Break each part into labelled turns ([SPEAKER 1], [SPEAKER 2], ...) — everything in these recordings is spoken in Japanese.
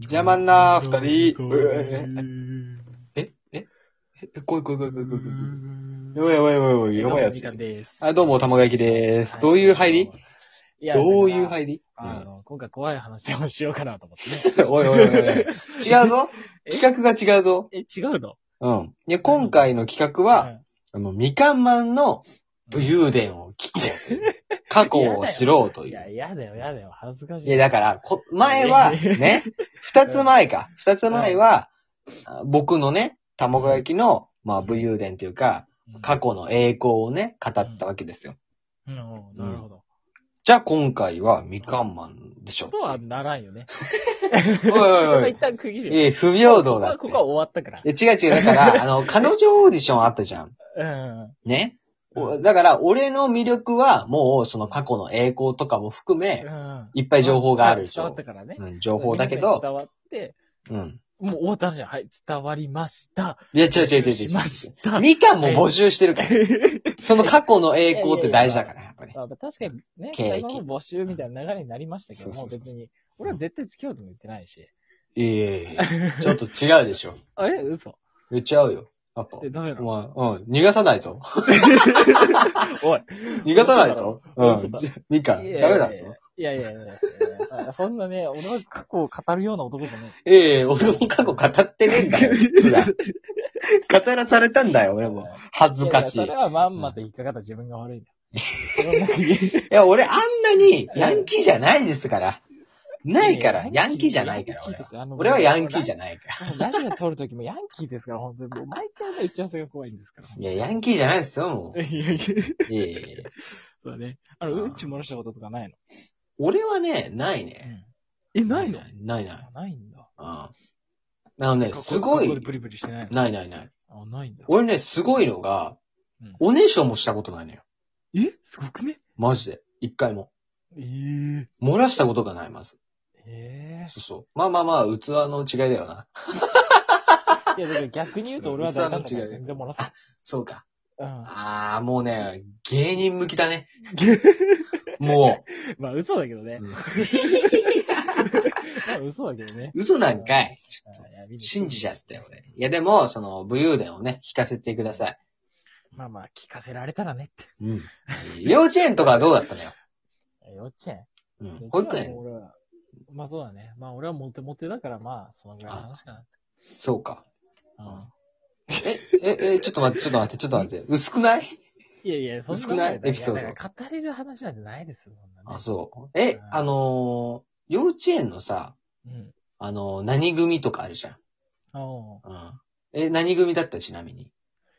[SPEAKER 1] 邪魔んなー、二人。えええ来い来い来い来い来い来い来い。おいおいおいおい、やばいや
[SPEAKER 2] み
[SPEAKER 1] つ
[SPEAKER 2] か。んです。
[SPEAKER 1] あ、どうも、玉垣でーす。どういう入り
[SPEAKER 2] いや、
[SPEAKER 1] どういう
[SPEAKER 2] り
[SPEAKER 1] 入り
[SPEAKER 2] あの、今回怖い話をしようかなと思ってね。
[SPEAKER 1] うんおいおいおいお い。違うぞ
[SPEAKER 2] え
[SPEAKER 1] 企画が違うぞ。
[SPEAKER 2] え、違うの
[SPEAKER 1] うん。いや、今回の企画は、あの、みかんマンの武勇伝を聞こうという。過去を知ろう
[SPEAKER 2] う
[SPEAKER 1] と
[SPEAKER 2] ん
[SPEAKER 1] い。
[SPEAKER 2] いうや、嫌だよ、嫌だよ、恥ずかしい。
[SPEAKER 1] いや、だから、こ前は、ね、二つ前か。二つ前は、あ僕のね、玉子焼きの、まあ、武勇伝という
[SPEAKER 2] う
[SPEAKER 1] か、
[SPEAKER 2] ん
[SPEAKER 1] 過去の栄光をね、語ったわけですよ。
[SPEAKER 2] うん、なるほど。
[SPEAKER 1] じゃあ、今回は、みかんマンでしょ
[SPEAKER 2] と。はならんよね。
[SPEAKER 1] おいおい
[SPEAKER 2] ここ
[SPEAKER 1] お
[SPEAKER 2] はい一。旦区切るよ。
[SPEAKER 1] えー、不平等だって。
[SPEAKER 2] ここはここは終わったから。
[SPEAKER 1] いや違う違う。だ から、あの、彼女オーディションあったじゃん。
[SPEAKER 2] うん。
[SPEAKER 1] ね。お
[SPEAKER 2] うん
[SPEAKER 1] だから、俺の魅力は、もう、その過去の栄光とかも含め、
[SPEAKER 2] うん。
[SPEAKER 1] いっぱい情報があるでし
[SPEAKER 2] 伝わ
[SPEAKER 1] ょ
[SPEAKER 2] った。からね。
[SPEAKER 1] うん、情報だけど、
[SPEAKER 2] 伝わって、
[SPEAKER 1] うん。
[SPEAKER 2] もう終わったじゃん。はい、伝わりました。
[SPEAKER 1] いや、違う違う違う違
[SPEAKER 2] しました
[SPEAKER 1] う。。みかんも募集してるから。その過去の栄光って大事だから、やっぱり。
[SPEAKER 2] まあ、確かにね、
[SPEAKER 1] 経歴
[SPEAKER 2] 今の募集みたいな流れになりましたけど
[SPEAKER 1] そ
[SPEAKER 2] も、
[SPEAKER 1] うそうそう
[SPEAKER 2] 別に、俺は絶対付き合うとも言ってないし。
[SPEAKER 1] いやいやいや ちょっと違うでしょ。
[SPEAKER 2] あれ嘘
[SPEAKER 1] 言っちゃうよ。やっぱ。
[SPEAKER 2] え、ダメな
[SPEAKER 1] お
[SPEAKER 2] の
[SPEAKER 1] 前、うん、逃がさないぞ。
[SPEAKER 2] おい。
[SPEAKER 1] 逃がさないぞ。う
[SPEAKER 2] 嘘
[SPEAKER 1] ん
[SPEAKER 2] だ。
[SPEAKER 1] みかん、ダ
[SPEAKER 2] い
[SPEAKER 1] メ
[SPEAKER 2] やいやいや
[SPEAKER 1] だぞ。
[SPEAKER 2] いやいやいやいやいや。そんなね、俺は過去を語るような男じゃない。
[SPEAKER 1] ええ俺も過去語ってねえんだよ。普段語らされたんだよ、俺も。恥ずかしい。
[SPEAKER 2] や
[SPEAKER 1] い
[SPEAKER 2] やそれはまんまと引っかかった自分が悪いんだ。それはなんか言え
[SPEAKER 1] や、俺あんなにヤンキーじゃないですから。ないから、ヤンキーじゃないから、俺は。俺はヤンキーじゃ
[SPEAKER 2] な
[SPEAKER 1] ないから。
[SPEAKER 2] い。ラジオ撮るときもヤンキーですから、本当に。もう毎回の打ち合わせが怖いんですから。
[SPEAKER 1] いや、ヤンキーじゃないですよ、もう。
[SPEAKER 2] いやいや、
[SPEAKER 1] いやいやいや
[SPEAKER 2] そうだね。あの、うんち漏らしたこととかないの
[SPEAKER 1] 俺はね、ないね。
[SPEAKER 2] え、ないの
[SPEAKER 1] ないない。
[SPEAKER 2] ないんだ。
[SPEAKER 1] うん。あのね、すご
[SPEAKER 2] ここで
[SPEAKER 1] い、
[SPEAKER 2] ブリブリしてないの
[SPEAKER 1] ないないない。
[SPEAKER 2] あ、ないんだ。
[SPEAKER 1] 俺ね、すごいのが
[SPEAKER 2] うん、
[SPEAKER 1] おねしょもしたことないのよ。
[SPEAKER 2] えすごくね
[SPEAKER 1] マジで。一回も。
[SPEAKER 2] ええ。
[SPEAKER 1] 漏らしたことがない、まず。
[SPEAKER 2] え
[SPEAKER 1] そうそう。まあまあまあ、器の違いだよな。
[SPEAKER 2] え。いや、だから逆に言うと俺は大胆だから全然漏らさ
[SPEAKER 1] そうか。
[SPEAKER 2] ない。
[SPEAKER 1] ああ、もうね、芸人向きだ ね。も
[SPEAKER 2] うん。まあ嘘だけどね
[SPEAKER 1] う。。
[SPEAKER 2] まあ嘘だけどね。
[SPEAKER 1] 嘘なんかい。
[SPEAKER 2] あいや
[SPEAKER 1] 信じちゃったよ、俺。いや、でも、その、武勇伝をね、聞かせてください。
[SPEAKER 2] まあまあ、聞かせられたらねって。
[SPEAKER 1] うん。幼稚園とかはどうだったのよ。
[SPEAKER 2] 幼稚園。
[SPEAKER 1] うん。保育
[SPEAKER 2] も
[SPEAKER 1] 園
[SPEAKER 2] う俺はまあそうだね。まあ俺はモテモテだから、まあ、そのぐらいの話かな。
[SPEAKER 1] そうか。
[SPEAKER 2] うん
[SPEAKER 1] え、え、え、ちょっと待って、ちょっと待って、ちょっと待って。薄くない
[SPEAKER 2] いやいや、そんな
[SPEAKER 1] 少ない
[SPEAKER 2] ことだよ
[SPEAKER 1] エピソード
[SPEAKER 2] いやだから語れる話なんてないですよ、そんなね。
[SPEAKER 1] あ、そう。え、あのー幼稚園のさ、
[SPEAKER 2] う。うん。
[SPEAKER 1] あのー何組とかあるじゃん。
[SPEAKER 2] おう
[SPEAKER 1] うん。え、何組だったちなみに。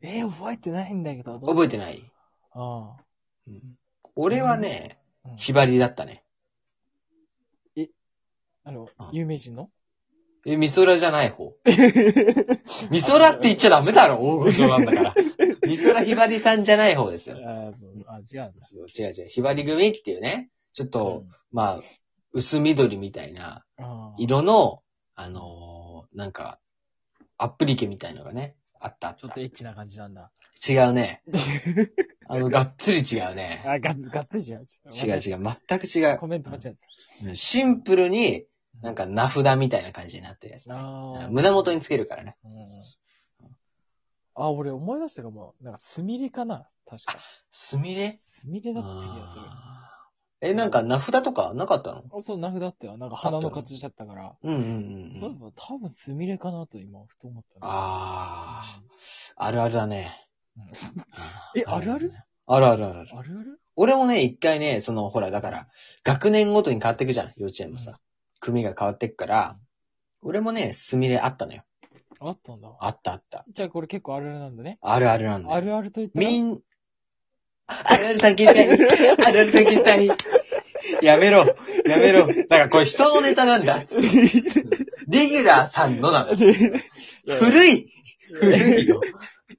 [SPEAKER 2] えー覚えてないんだけど。
[SPEAKER 1] 覚え
[SPEAKER 2] て
[SPEAKER 1] てない
[SPEAKER 2] あ
[SPEAKER 1] 俺はね、
[SPEAKER 2] あ。うん
[SPEAKER 1] ひばりだったね。
[SPEAKER 2] あの
[SPEAKER 1] うん、
[SPEAKER 2] 有名 人の
[SPEAKER 1] え、美空じゃない方。美空って言っちゃダメだろ、大御所なん だから。美空ひばりさんじゃない方ですよ。
[SPEAKER 2] あーそうあ、違うんだ。
[SPEAKER 1] そう違う違う。ひばり組っていうね、ちょっと、まあ、薄緑みたいな
[SPEAKER 2] うん、あー
[SPEAKER 1] 色の、あのーなんか、アップリケみたいのがね、あったあっ
[SPEAKER 2] ちょったとエッチな感じ なんだ。
[SPEAKER 1] 違うね。あの、がっつり違うね。
[SPEAKER 2] あ、が、がっつり違う。
[SPEAKER 1] 違う違う。
[SPEAKER 2] う。
[SPEAKER 1] 全く違う
[SPEAKER 2] コメント間違え
[SPEAKER 1] うん。シンプルに、なんか名札みたいな感じになってるやつ
[SPEAKER 2] た。。ああ。
[SPEAKER 1] 胸元につけるからね。
[SPEAKER 2] うん。あ、俺思い出したかも。なんか、すみれかな確か。
[SPEAKER 1] すみれ
[SPEAKER 2] すみれだった気がする。
[SPEAKER 1] あーえ、なんか名札とかなかったの
[SPEAKER 2] あ、そう、名札だったよ。なんか鼻の形しちゃったから。
[SPEAKER 1] うんうんうん
[SPEAKER 2] そううい
[SPEAKER 1] ん。
[SPEAKER 2] えば、多分スミレかなと今、ふと思ったな。
[SPEAKER 1] ああ、あるあるだね。
[SPEAKER 2] うん
[SPEAKER 1] うん
[SPEAKER 2] えあるある
[SPEAKER 1] あるあるあるある。
[SPEAKER 2] あるある
[SPEAKER 1] 俺もね、一回ね、その、ほら、だから、学年ごとに変わっていくじゃん、幼稚園も
[SPEAKER 2] うん
[SPEAKER 1] さ。組が変わってくから、俺もね、すみれあったのよ。
[SPEAKER 2] あったんだ。
[SPEAKER 1] あったあった。
[SPEAKER 2] じゃあこれ結構あるあるなんだね。
[SPEAKER 1] あるあるなんだよ。
[SPEAKER 2] あるあると言ったら。
[SPEAKER 1] みん、あるある探検隊、 あるある探検隊。やめろ、やめろ。だからこれ人のネタなん だっつって。レギュラーさんのなの。
[SPEAKER 2] い
[SPEAKER 1] 古い、古い
[SPEAKER 2] い
[SPEAKER 1] よ。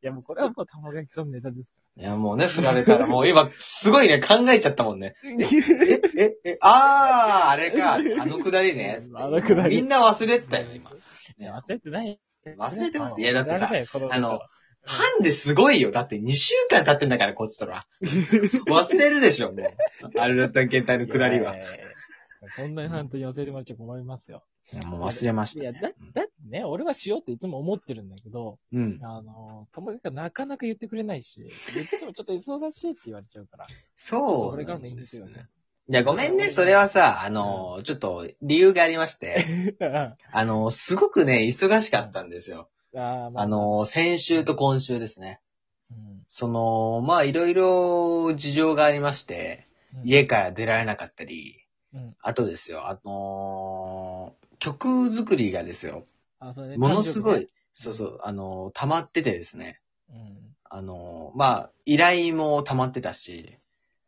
[SPEAKER 2] や、もうこれはもう玉垣さんのネタですか
[SPEAKER 1] いや、もうね、振られたら、もう今、すごいね、考えちゃったもんね。
[SPEAKER 2] ら。
[SPEAKER 1] え、え、え、あー、あれか、あのくだりね。
[SPEAKER 2] あのくだり
[SPEAKER 1] みんな忘れてたよ、今。
[SPEAKER 2] いや忘れてない。
[SPEAKER 1] 忘れてますいやだってさ
[SPEAKER 2] 忘れてない
[SPEAKER 1] あの、ハンデすごいよ。だって2週間経ってんだから、こっちとら。忘れるでしょ、もう。あれだった、携帯のくだりは。
[SPEAKER 2] いやいやいやこんなに本当に忘れてもらっちゃ困りますよ。
[SPEAKER 1] いや、もう忘れまし
[SPEAKER 2] い
[SPEAKER 1] た。
[SPEAKER 2] や、だ、だってね、俺はしようっていつも思ってるんだけど、
[SPEAKER 1] うん。
[SPEAKER 2] あの、友達がなかなか言ってくれないし、言っててもちょっと忙しいって言われちゃうから。
[SPEAKER 1] そう。
[SPEAKER 2] これからもいいんですよね。
[SPEAKER 1] いや、ごめんね、それはさ、あの、ちょっと理由がありまして、
[SPEAKER 2] あ
[SPEAKER 1] あの、すごくね、忙しかったんですよ。
[SPEAKER 2] あ、ま
[SPEAKER 1] あ、の、先週と今週ですね。
[SPEAKER 2] うん
[SPEAKER 1] その、まあ、いろいろ事情がありまして、
[SPEAKER 2] うん、
[SPEAKER 1] 家から出られなかったり、
[SPEAKER 2] うん。
[SPEAKER 1] あとですよ、あのー曲作りがですよ、
[SPEAKER 2] あ、そうね。
[SPEAKER 1] ものすご
[SPEAKER 2] 誕生日
[SPEAKER 1] い、そうそう、あのー溜まっててですね、
[SPEAKER 2] ね。
[SPEAKER 1] あのーまあ、依頼も溜まってたし、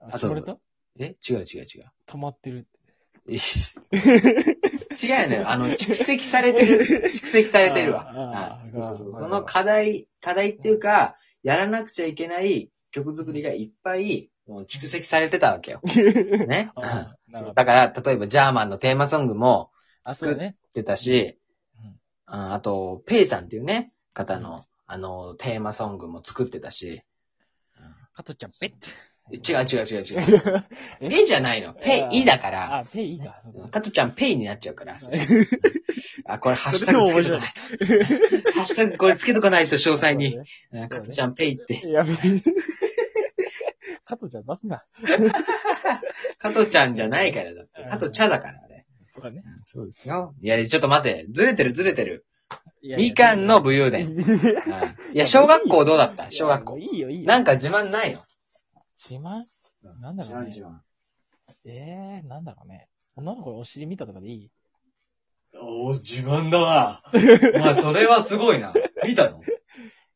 [SPEAKER 2] うん。
[SPEAKER 1] あ
[SPEAKER 2] あ、
[SPEAKER 1] と
[SPEAKER 2] 絞れた
[SPEAKER 1] え違う違う違 う。
[SPEAKER 2] 溜まってる。
[SPEAKER 1] い違うよね。あの、蓄積されてる。蓄積されてるわ。
[SPEAKER 2] あ
[SPEAKER 1] は
[SPEAKER 2] ー
[SPEAKER 1] いそうそうそう
[SPEAKER 2] あー
[SPEAKER 1] その課題、課題っていうか、やらなくちゃいけない曲作りがいっぱいもう蓄積されてたわ けよ。ね。
[SPEAKER 2] あー
[SPEAKER 1] うん
[SPEAKER 2] な るほど
[SPEAKER 1] だから、例えばジャーマンのテーマソングも
[SPEAKER 2] あ、そ
[SPEAKER 1] 作
[SPEAKER 2] う
[SPEAKER 1] っ
[SPEAKER 2] ね。
[SPEAKER 1] てたし、
[SPEAKER 2] うん
[SPEAKER 1] うんあと、ペイさんっていうね、方
[SPEAKER 2] う
[SPEAKER 1] の、あの、テーマソングも作ってたし、
[SPEAKER 2] 加藤ちゃん、ペッ
[SPEAKER 1] 違う違う違う 違う。
[SPEAKER 2] て。
[SPEAKER 1] ペイじゃないの。ペイ、イだから、
[SPEAKER 2] あ、ペイいいか。
[SPEAKER 1] 加トちゃんペイになっちゃうから。
[SPEAKER 2] そ
[SPEAKER 1] そうう
[SPEAKER 2] だ
[SPEAKER 1] そうあ、これハッシュタグつけとかないと。ハッシュタグこれつけとかないと詳細 に。。うん加トちゃんペイって。
[SPEAKER 2] やべ え。加藤ちゃん出すな。
[SPEAKER 1] 加トちゃんじゃないからだって
[SPEAKER 2] う。ん
[SPEAKER 1] 加トちゃだから、あれ。
[SPEAKER 2] そうだね。
[SPEAKER 1] そうですよ。いや、ちょっと待って。ずれてるずれてる。
[SPEAKER 2] いやいや
[SPEAKER 1] みかんの武勇伝。うんいや、小学校どうだった小学校。
[SPEAKER 2] いいよ、いいよ。
[SPEAKER 1] なんか自慢ないの
[SPEAKER 2] 自慢なんだろうね
[SPEAKER 1] 自慢
[SPEAKER 2] ええー、なんだろうね。女の子のお尻見たとかでいい
[SPEAKER 1] 自慢。おー、自慢だな。お前、それはすごいな。見たの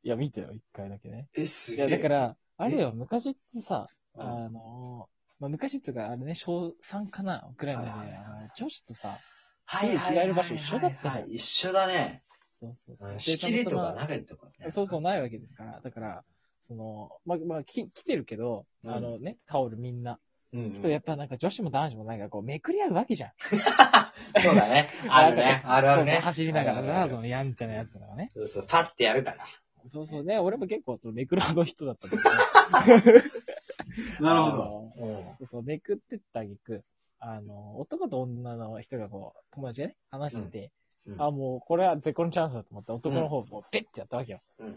[SPEAKER 2] いや、見てよ、一回だけね。
[SPEAKER 1] え、す
[SPEAKER 2] いや、だか、
[SPEAKER 1] だから
[SPEAKER 2] あれよ、昔ってさ、
[SPEAKER 1] うん
[SPEAKER 2] あのまあ、昔っていうか、あれね、小3かな、ぐらいまでね、
[SPEAKER 1] はいはいはい
[SPEAKER 2] あの女子とさ、
[SPEAKER 1] はいはいはいは
[SPEAKER 2] 着替
[SPEAKER 1] いはい。
[SPEAKER 2] える場所一緒だったじゃん
[SPEAKER 1] 一緒だね。
[SPEAKER 2] そうそうそう
[SPEAKER 1] う。ん
[SPEAKER 2] で
[SPEAKER 1] 仕切りと
[SPEAKER 2] たま
[SPEAKER 1] か
[SPEAKER 2] たま
[SPEAKER 1] 長いとかね。
[SPEAKER 2] そうそう、ないわけですから。だから、その、まあ、まあ、き来てるけど、
[SPEAKER 1] うん
[SPEAKER 2] あのね、タオルみんな。
[SPEAKER 1] うんうん。
[SPEAKER 2] ちょっとやっぱなんか女子も男子もなんかこう、めくり合うわけじゃん。
[SPEAKER 1] そう だね。あるね。あるある
[SPEAKER 2] こ
[SPEAKER 1] ね。
[SPEAKER 2] う走りながら
[SPEAKER 1] あ
[SPEAKER 2] な、
[SPEAKER 1] る
[SPEAKER 2] そ
[SPEAKER 1] ある
[SPEAKER 2] のやんちゃなやつだからね。
[SPEAKER 1] そうそう、パッてやるから。
[SPEAKER 2] そうそうね、俺も結構そのめくる派の人だったんだけど。
[SPEAKER 1] ど。うん
[SPEAKER 2] そうそう、めくってったあげく、あの、男と女の人がこう、友達がね、話してて、
[SPEAKER 1] うんうん
[SPEAKER 2] あ、もう、これは絶好のチャンスだと思って、男の方をこうペッてやったわけよ。
[SPEAKER 1] うん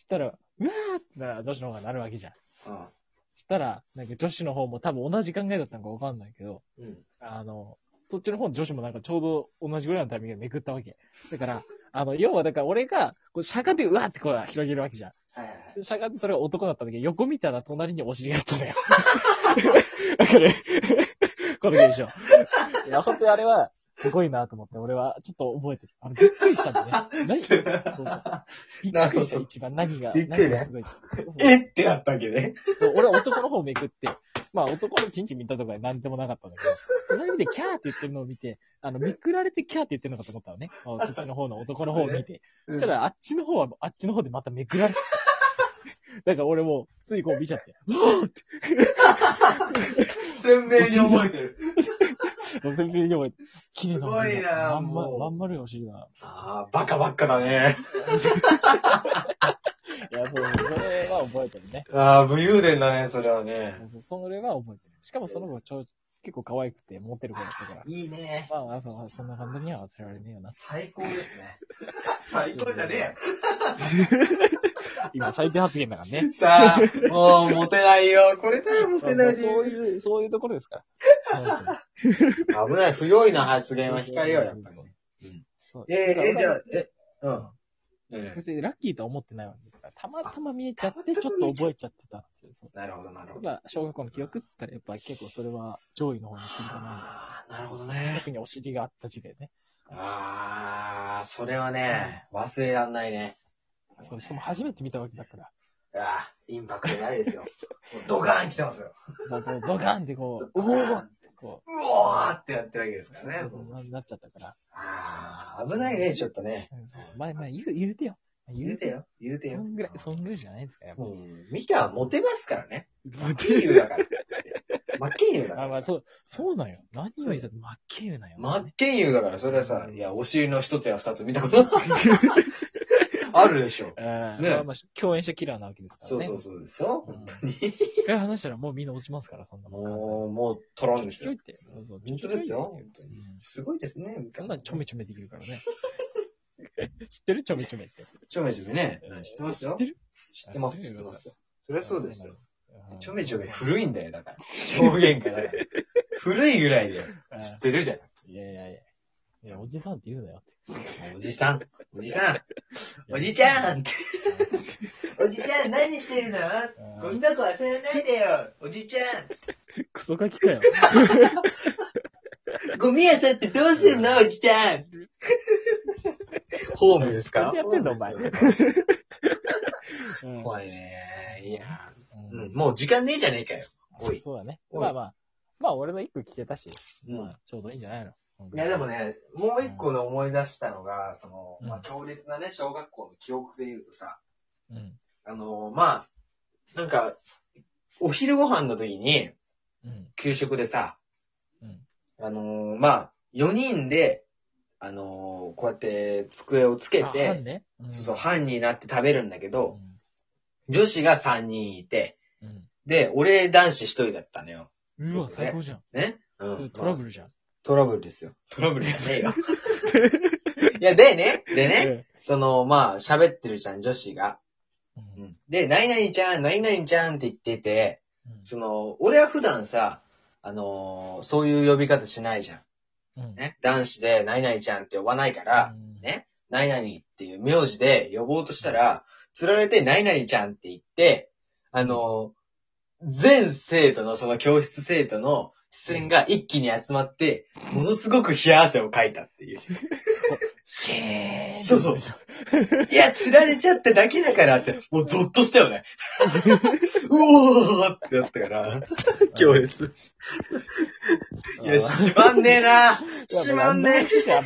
[SPEAKER 2] したら、うわーってなら女子の方がなるわけじゃん。
[SPEAKER 1] うん
[SPEAKER 2] したら、なんか女子の方も多分同じ考えだったのかわかんないけど、
[SPEAKER 1] うん。
[SPEAKER 2] あの、そっちの方の女子もなんかちょうど同じぐらいのタイミングでめくったわけ。だから、あの、要はだから俺が、こう、しゃがんでうわーってこう広げるわけじゃん。
[SPEAKER 1] はいはいはい。
[SPEAKER 2] しゃがんでそれが男だったんだけど、横見たら隣にお尻があったのよ。だから、これでしょ。いや、本当にあれは、すごいなと思って、俺はちょっと覚えてる。あの、びっくりしたんだね。 何そうそうそう。びっくりし
[SPEAKER 1] なる
[SPEAKER 2] た、
[SPEAKER 1] ほど
[SPEAKER 2] 一番。何が、
[SPEAKER 1] びっくり
[SPEAKER 2] 何
[SPEAKER 1] ね
[SPEAKER 2] がすごいって。そうそう
[SPEAKER 1] えってなったわけね。
[SPEAKER 2] そう俺は男の方めくって、まあ男のチンチン見たとか何でもなかったんだけど、隣でキャーって言ってるのを見て、あの、めくられてキャーって言ってるのかと思ったのね。あそっちの方の男の方を見て。そしたらあっちの方は、あっちの方でまためくられて。 だから俺も、ついこう見ちゃって。
[SPEAKER 1] 鮮明に覚えてる。
[SPEAKER 2] ロゼルにも、綺麗なお尻だ
[SPEAKER 1] すごいな
[SPEAKER 2] まんま、
[SPEAKER 1] もう
[SPEAKER 2] まん丸いお尻だ。
[SPEAKER 1] ああ、バカばっかだね。
[SPEAKER 2] いや、そう、それは覚えてるね。
[SPEAKER 1] ああ、武勇伝だね、それはね。
[SPEAKER 2] そうそれは覚えてる。しかもその子、ちょ、結構可愛くて、モテる子だったから。
[SPEAKER 1] いいね。
[SPEAKER 2] まあ、やっぱ、そんな感じには忘れられねえよな。
[SPEAKER 1] 最高ですね。 最高じゃねえよ。
[SPEAKER 2] 今、最低発言だからね。
[SPEAKER 1] さあ、もう、モテないよ。これ だよ、モテない
[SPEAKER 2] そう
[SPEAKER 1] よ。
[SPEAKER 2] いう、そういうところです から。
[SPEAKER 1] 危ない、不用意な発言は控えよう、やっぱり。
[SPEAKER 2] そう
[SPEAKER 1] えー、えー、じゃあ、え、うん。
[SPEAKER 2] そしてラッキーとは思ってないわけですから、たまたま見えちゃって、ちょっと覚えちゃってたっていう。そう
[SPEAKER 1] なるほど、なるほど。
[SPEAKER 2] まあ、小学校の記憶って言ったら、やっぱ結構それは上位の方に来るか
[SPEAKER 1] ああ、
[SPEAKER 2] な。
[SPEAKER 1] なるほど
[SPEAKER 2] 近
[SPEAKER 1] ね。
[SPEAKER 2] くにお尻があった時代ね。
[SPEAKER 1] ああ、それはね、忘れらんないね。
[SPEAKER 2] そう、しかも初めて見たわけだから。
[SPEAKER 1] ああ、インパクトない ですよ。もうドカーン来てますよ。
[SPEAKER 2] そうそう、ドカンってこ う、
[SPEAKER 1] うおー
[SPEAKER 2] ってこ
[SPEAKER 1] うおーってやってるわけですか
[SPEAKER 2] う、
[SPEAKER 1] ら
[SPEAKER 2] そ
[SPEAKER 1] ね
[SPEAKER 2] う。そうななっちゃったから。
[SPEAKER 1] ああ、危ないね、ちょっとね。
[SPEAKER 2] うんそうまあまあ、言う、言うてよ。
[SPEAKER 1] 言うて。よ、言うて
[SPEAKER 2] そ
[SPEAKER 1] よ
[SPEAKER 2] ん。ぐらい、そんぐらいじゃないですか、やっぱ。
[SPEAKER 1] うん、ミカはモテますから ね。真
[SPEAKER 2] ぶ
[SPEAKER 1] っ金融だから。真っ金融だか
[SPEAKER 2] あ、まあ、
[SPEAKER 1] ら。
[SPEAKER 2] そう、そうなんよ。何を言ったって真っ黄色なんよ。
[SPEAKER 1] 真っ金融だから、それはさ、いや、お尻の一つや二つ見たことない。 あるでしょ。
[SPEAKER 2] ええ
[SPEAKER 1] ね
[SPEAKER 2] まあまあ、共演者キラーなわけですから
[SPEAKER 1] そう
[SPEAKER 2] ね。
[SPEAKER 1] そうそうですよ。本当に。
[SPEAKER 2] 一回話したらもうみんな落ちますから、そんなもん簡単に。
[SPEAKER 1] もう、もう、トロンです
[SPEAKER 2] ちょ。
[SPEAKER 1] よ
[SPEAKER 2] ちょいって。そうそう。
[SPEAKER 1] 本当ですよ
[SPEAKER 2] ちょちょいってうん
[SPEAKER 1] すごいですね。
[SPEAKER 2] そんなんちょ
[SPEAKER 1] め
[SPEAKER 2] めちょめできるから ね。知ってるちょめちょめって。
[SPEAKER 1] ちょめちょめね。知ってます
[SPEAKER 2] 知っ
[SPEAKER 1] よ
[SPEAKER 2] て。る
[SPEAKER 1] 知ってます、知ってます。そりゃそうですよ。。ちょめちょめ
[SPEAKER 2] い。
[SPEAKER 1] 古いんだよ、だから。表現がだから。古いぐらいだよ。
[SPEAKER 2] あ
[SPEAKER 1] 知っ
[SPEAKER 2] ー
[SPEAKER 1] てるじゃん。
[SPEAKER 2] いやいやいや。いや、おじさんって言うなよって。
[SPEAKER 1] おじさん。おじさん。おじ
[SPEAKER 2] ち
[SPEAKER 1] ちゃんって。おじちゃん、何してるの
[SPEAKER 2] ん
[SPEAKER 1] ゴミ箱忘れないでよ。おじちゃ
[SPEAKER 2] クソガキかよ。
[SPEAKER 1] ん。ゴミ屋さんってどうするのおじちゃん。ホームですか
[SPEAKER 2] 何やってんだお前
[SPEAKER 1] ホームですよ
[SPEAKER 2] うん
[SPEAKER 1] 怖いね。いや、うん、もう時間ねえじゃねえかよ。おい。
[SPEAKER 2] そうだね。
[SPEAKER 1] おい
[SPEAKER 2] まあまあ。まあ俺の一個聞けたし、
[SPEAKER 1] うん
[SPEAKER 2] まあちょうどいいんじゃないの。
[SPEAKER 1] いやでも。ね、もう一個の思い出したのが、その、
[SPEAKER 2] うん
[SPEAKER 1] まあ、強烈なね、小学校の記憶で言うとさ、
[SPEAKER 2] うん。
[SPEAKER 1] あのーまあ、なんか、お昼ご飯の時に、
[SPEAKER 2] うん。
[SPEAKER 1] 給食でさ、
[SPEAKER 2] うん。
[SPEAKER 1] あのーまあ、4人で、あのーこうやって机をつけ
[SPEAKER 2] あ
[SPEAKER 1] て、
[SPEAKER 2] 班ね。ん
[SPEAKER 1] そうそう、班になって食べるんだけど、
[SPEAKER 2] う
[SPEAKER 1] 女子が3人いて、
[SPEAKER 2] んうん
[SPEAKER 1] で、俺男子1人だったのよ。
[SPEAKER 2] うわ、最高じゃん。
[SPEAKER 1] ねう
[SPEAKER 2] それトラブ
[SPEAKER 1] ル。
[SPEAKER 2] ルじゃん。
[SPEAKER 1] トラブルですよ。トラブルじゃねえ よ。いや、でね、でね、
[SPEAKER 2] え
[SPEAKER 1] その、まあ、喋ってるじゃん、女子が。
[SPEAKER 2] えうん
[SPEAKER 1] で、何々ちゃん、何々ちゃんって言ってて、
[SPEAKER 2] うん
[SPEAKER 1] その、俺は普段さ、あのーそういう呼び方しないじゃん。
[SPEAKER 2] うん
[SPEAKER 1] ね。男子で何々ちゃんって呼ばないから、
[SPEAKER 2] うん
[SPEAKER 1] ね何々っていう名字で呼ぼうとしたら、釣られて何々ちゃんって言って、あのー全生徒の、その教室生徒の視線が一気に集まって、ものすごく冷や汗をかいたっていう。
[SPEAKER 2] シーン
[SPEAKER 1] そ うそう いや、釣られちゃっただけだからって、もうゾッとしたよね。 うおーってなった から、 強烈。いや、しまんねえな。しまんねえ。
[SPEAKER 2] え。